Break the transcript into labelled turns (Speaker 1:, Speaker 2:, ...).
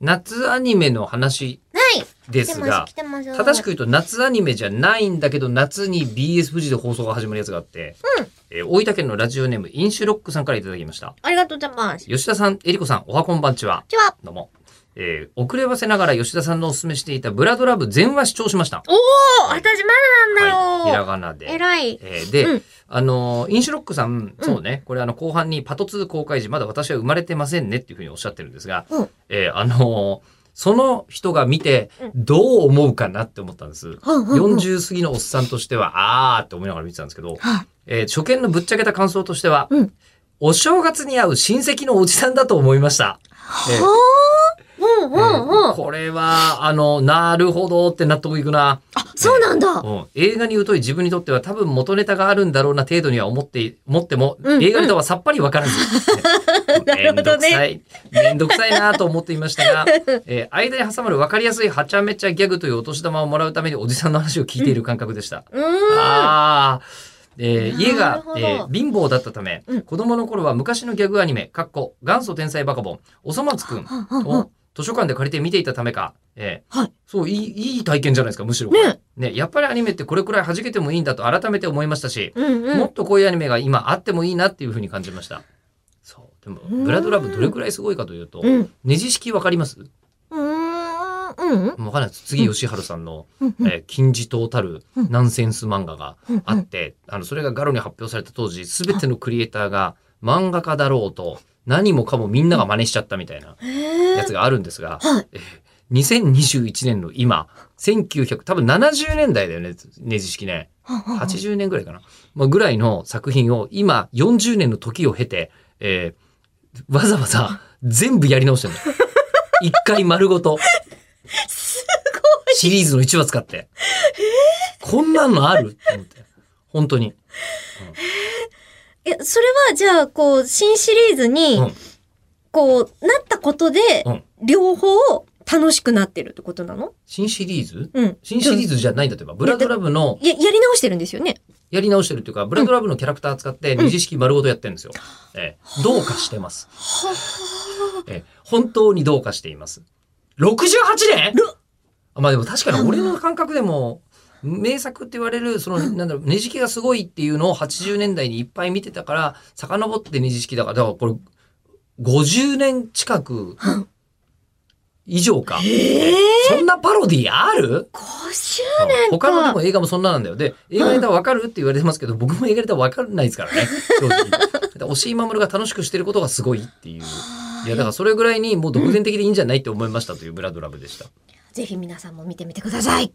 Speaker 1: 夏アニメの話
Speaker 2: はい。
Speaker 1: ですが
Speaker 2: 来、てます。来てます
Speaker 1: 正しく。言うと夏アニメじゃないんだけど、夏に BS 富士で放送が始まるやつがあって、
Speaker 2: うん
Speaker 1: えー大分県のラジオネーム、インシュロックさんからいただきました。
Speaker 2: ありがとうございます。こんに
Speaker 1: 吉田さん、えりこさん、おはこんばんちは。
Speaker 2: ちは。
Speaker 1: どうも。えー遅ればせながら吉田さんのお勧めしていたブラドラブ全話視聴しました。
Speaker 2: おお、
Speaker 1: はい
Speaker 2: 私まだな
Speaker 1: はい、
Speaker 2: ん
Speaker 1: ひ
Speaker 2: だ
Speaker 1: ら
Speaker 2: よ。
Speaker 1: がなで。
Speaker 2: えらい。
Speaker 1: えーで、
Speaker 2: うん
Speaker 1: あのー、インシュロックさん、そうね、これあの、後半にパト2公開時、まだ私は生まれてませんねっていうふうにおっしゃってるんですが、
Speaker 2: うん
Speaker 1: えーあのーその人が見て
Speaker 2: うん、
Speaker 1: どう思うかなって思ったんです。
Speaker 2: うんうんうん
Speaker 1: 40過ぎのおっさんとしては、あーって思いながら見てたんですけど、
Speaker 2: は
Speaker 1: えー初見のぶっちゃけた感想としては、
Speaker 2: うん
Speaker 1: お正月に会う親戚のおじさんだと思いました。
Speaker 2: あ。
Speaker 1: えー
Speaker 2: はあ。うんうん
Speaker 1: え
Speaker 2: う
Speaker 1: ー
Speaker 2: ん。
Speaker 1: これは、あの、なるほどって納得いくな。
Speaker 2: あ、そうなんだ。
Speaker 1: うん、映画に疎い自分にとっては多分元ネタがあるんだろうな程度には思って、思っても、
Speaker 2: うんうん
Speaker 1: 映画ネタはさっぱりわからず。
Speaker 2: なるほ
Speaker 1: めんど
Speaker 2: どね
Speaker 1: くさい。めんどくさいなと思っていましたが、 えー間に挟まるわかりやすいはちゃめちゃギャグというお年玉をもらうためにおじさんの話を聞いている感覚でした。
Speaker 2: うーん。
Speaker 1: ああ。えー家
Speaker 2: な
Speaker 1: が
Speaker 2: るほ、ど
Speaker 1: えー貧乏だったため、
Speaker 2: うん
Speaker 1: 子供の頃は昔のギャグアニメ、かっこ元祖天才バカボン、おそ松くん
Speaker 2: うんうんうん
Speaker 1: を図書館で借りて見ていたためか、えー
Speaker 2: はい
Speaker 1: そういい、いい体験じゃないですか、むしろこれ。
Speaker 2: ね。
Speaker 1: ね、やっぱりアニメってこれくらい弾けてもいいんだと改めて思いましたし、
Speaker 2: うんう
Speaker 1: も
Speaker 2: ん。
Speaker 1: っとこういうアニメが今あってもいいなっていうふうに感じました。そう。でも、
Speaker 2: うん
Speaker 1: ブラドラブどれくらいすごいかというと、
Speaker 2: うん。
Speaker 1: ネジ式わかります
Speaker 2: うーん。うん。
Speaker 1: もうわかんないです。次、吉原さんの、
Speaker 2: うんうん。
Speaker 1: えー金字塔たる
Speaker 2: うん
Speaker 1: ナンセンス漫画が
Speaker 2: うん
Speaker 1: あって、あの、それがガロに発表された当時、すべてのクリエイターが漫画家だろうと、何もかもみんなが真似しちゃったみたいな
Speaker 2: へえ
Speaker 1: やつがあるんですが、
Speaker 2: はい。
Speaker 1: 2021年の今、1900、多分70年代だよね、ネジ式ね。
Speaker 2: 八。
Speaker 1: 80年ぐらいかな、まあ、ぐらいの作品を今40年の時を経て、えーわざわざ全部やり直 してるの。一回丸ごと
Speaker 2: す
Speaker 1: シリーズの1話使って。こんなのあるって思って。本当に。
Speaker 2: ごい。え、それはじゃあ、こう、新シリーズに
Speaker 1: うん、
Speaker 2: こう、なったことで
Speaker 1: うん、
Speaker 2: 両方楽しくなってるってことなの
Speaker 1: 新シリーズ
Speaker 2: うん。
Speaker 1: 新シリー
Speaker 2: ズ
Speaker 1: ズじゃないんだとば、ブラドラブの
Speaker 2: や、やり直してるんですよね。
Speaker 1: やり直してるっていうか、ブラドラブのキャラクター使って二次式丸ごとやってるんですよ。ええどうかしてます。ええ本当にどうかしています。68年あまあでも確かに俺の感覚でも、名作って言われる、その、なんだろう、ねじきがすごいっていうのを80年代にいっぱい見てたから、遡ってねじ式だから、だからこれ、50年近く
Speaker 2: うん
Speaker 1: 以上か。
Speaker 2: ええ
Speaker 1: そんなパロディある
Speaker 2: 5周年
Speaker 1: 他ので
Speaker 2: か
Speaker 1: も。映画もそんななんだよ。で、映画ネタわかるって言われてますけど、僕も映画ネタわかんないですからね。正直。だって押井守が楽しくしてることがすごいっていう。いや、だからそれぐらいにもう独善的でいいんじゃないって思いましたというブラドラブでした。
Speaker 2: ぜひ皆さんも見てみてください。